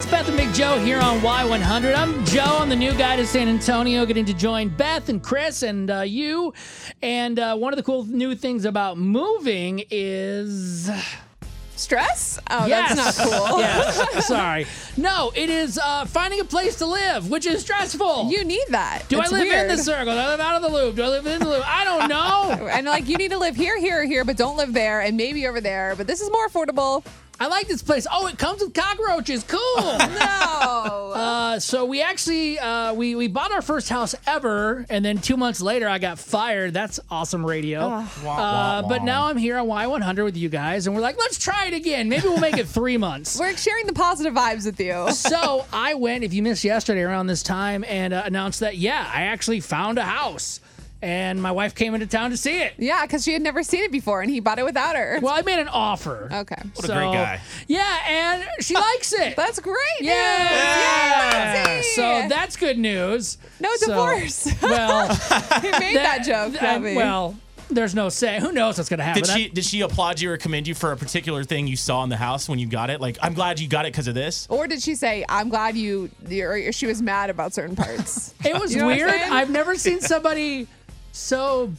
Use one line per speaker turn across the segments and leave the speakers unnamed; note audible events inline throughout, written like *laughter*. It's Beth and Big Joe here on Y100. I'm Joe. I'm the new guy to San Antonio, getting to join Beth and Chris and uh, you. And uh, one of the cool new things about moving is.
Stress? Oh,
Yes.
that's not
*laughs*
cool. *laughs*
Yes. Sorry. No, it is uh, finding a place to live, which is stressful.
You need that.
Do
It's
I live
weird.
in the circle? Do I live out of the loop? Do I live in the loop? I
*laughs*
don't know.
And like, you need to live here, here, here, but don't live there, and maybe over there. But this is more affordable.
I like this place. Oh, it comes with cockroaches.
*laughs*
Cool.
No.
Uh, so we actually uh, we we bought our first house ever, and then two months later I got fired. That's awesome radio. Uh, but now I'm here on Y100 with you guys, and we're like, let's try it again. Maybe we'll make it three months.
*laughs* *laughs* We're sharing the positive vibes with you.
so I went. If you missed yesterday around this time, and uh, announced that yeah, I actually found a house, and my wife came into town to see it.
Yeah, because she had never seen it before, and he bought it without her.
Well, I made an offer.
Okay.
What a great guy. Yeah, and
*laughs*
she likes it.
That's great. news.
Yeah.
Yay, Lindsay!
So that's good news.
No
So-
divorce. *laughs*
well,
He made that, joke.
uh,
Toby.
well, there's no say. Who knows what's going to happen?
Did she did she applaud you or commend you for a particular thing you saw in the house when you got it? Like, I'm glad you got it because of this.
Or did she say, I'm glad you, or she was mad about certain
*laughs*
parts?
it was
You know what I'm
weird.
saying?
I've never
*laughs*
seen somebody so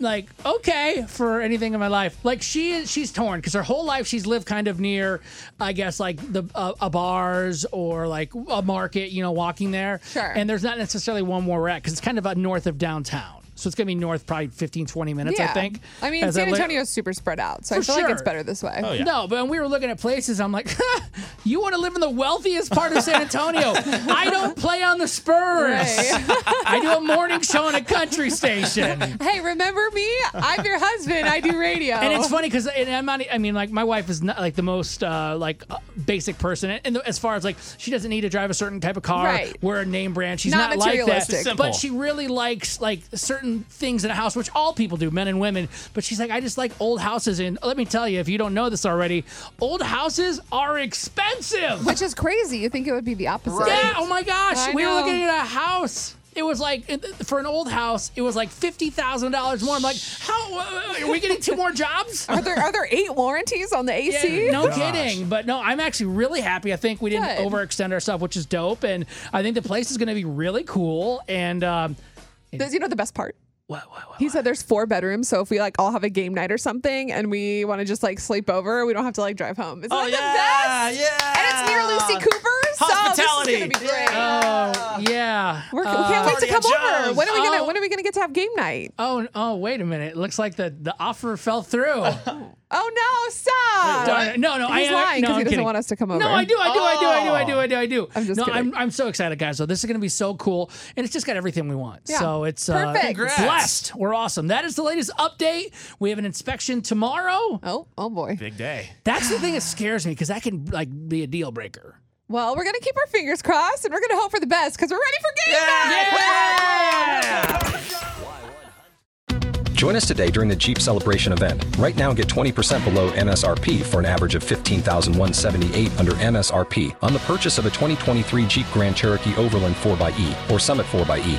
like okay for anything in my life. Like she is, she's torn because her whole life she's lived kind of near, I guess, like the uh, a bars or like a market. You know, walking there.
Sure.
And there's not necessarily one where we're at because it's kind of uh, north of downtown. So it's gonna be north probably 15, 20 minutes, I think.
I mean,
as
San
li-
Antonio's super spread out, so I
For
feel like it's
sure.
better this way.
Oh, yeah.
No, but when we were looking at places, I'm like, *laughs* you want to live in the wealthiest part of San Antonio. I don't play on the Spurs.
Right.
*laughs* I do a morning show on a country station.
Hey, remember me? I'm your husband. I do radio.
And
*laughs*
it's funny because I'm not. e, I mean, like my wife is not like the most uh, like uh, basic person, and as far as like she doesn't need to drive a certain type of car,
Right.
wear a name brand. She's
Not
not, like
materialistic.
that.
Simple.
But she really likes like certain things in a house, which all people do, men and women. But she's like, I just like old houses, and let me tell you, if you don't know this already, old houses are expensive.
Which is crazy. You think it would be the opposite.
Yeah. Oh my gosh.
I
we were
know.
looking at a house. It was like for an old house, it was like fifty thousand dollars more. I'm like, how uh, are we getting two more jobs?
Are there are there eight warranties on the AC?
Yeah, no kidding. But no, I'm actually really happy. I think we didn't
Good.
overextend ourselves, which is dope. And I think the place is going to be really cool. And um,
Th- You know the best part.
what, what, what-
He said there's four bedrooms, so if we like all have a game night or something, and we want to just like sleep over, we don't have to like drive home.
Oh,
Isn't that the best? And it's near Lucy Cooper, so
Hospitality.
this is gonna be great.
yeah.
Ah. We're,
Uh,
we can't wait to
Party at
come over.
Joe's.
When are we gonna
Oh.
When are we gonna get to have game night?
oh, oh, wait a minute. Looks like the, the offer fell
*laughs*
through.
Oh no! Stop.
Darn it. No, no,
He's
I,
lying
no,
because
I'm
he doesn't
kidding.
want us to come over. Oh.
No, I do, I do, I do, I do, I do, I do, I do.
I'm just
no,
kidding.
I'm, I'm so excited, guys. So this is going to be so cool, and it's just got everything we want.
Yeah.
So it's
Perfect.
Uh,
Congrats.
blessed. We're awesome. That is the latest update. We have an inspection tomorrow.
Oh, oh boy.
Big day.
That's the thing that scares me because that can like be a deal breaker.
Well, we're gonna keep our fingers crossed, and we're gonna hope for the best because we're ready for game night.
Join us today during the Jeep Celebration event. Right now, get 20% below MSRP for an average of 15178 under MSRP on the purchase of a 2023 Jeep Grand Cherokee Overland 4xE or Summit 4xE.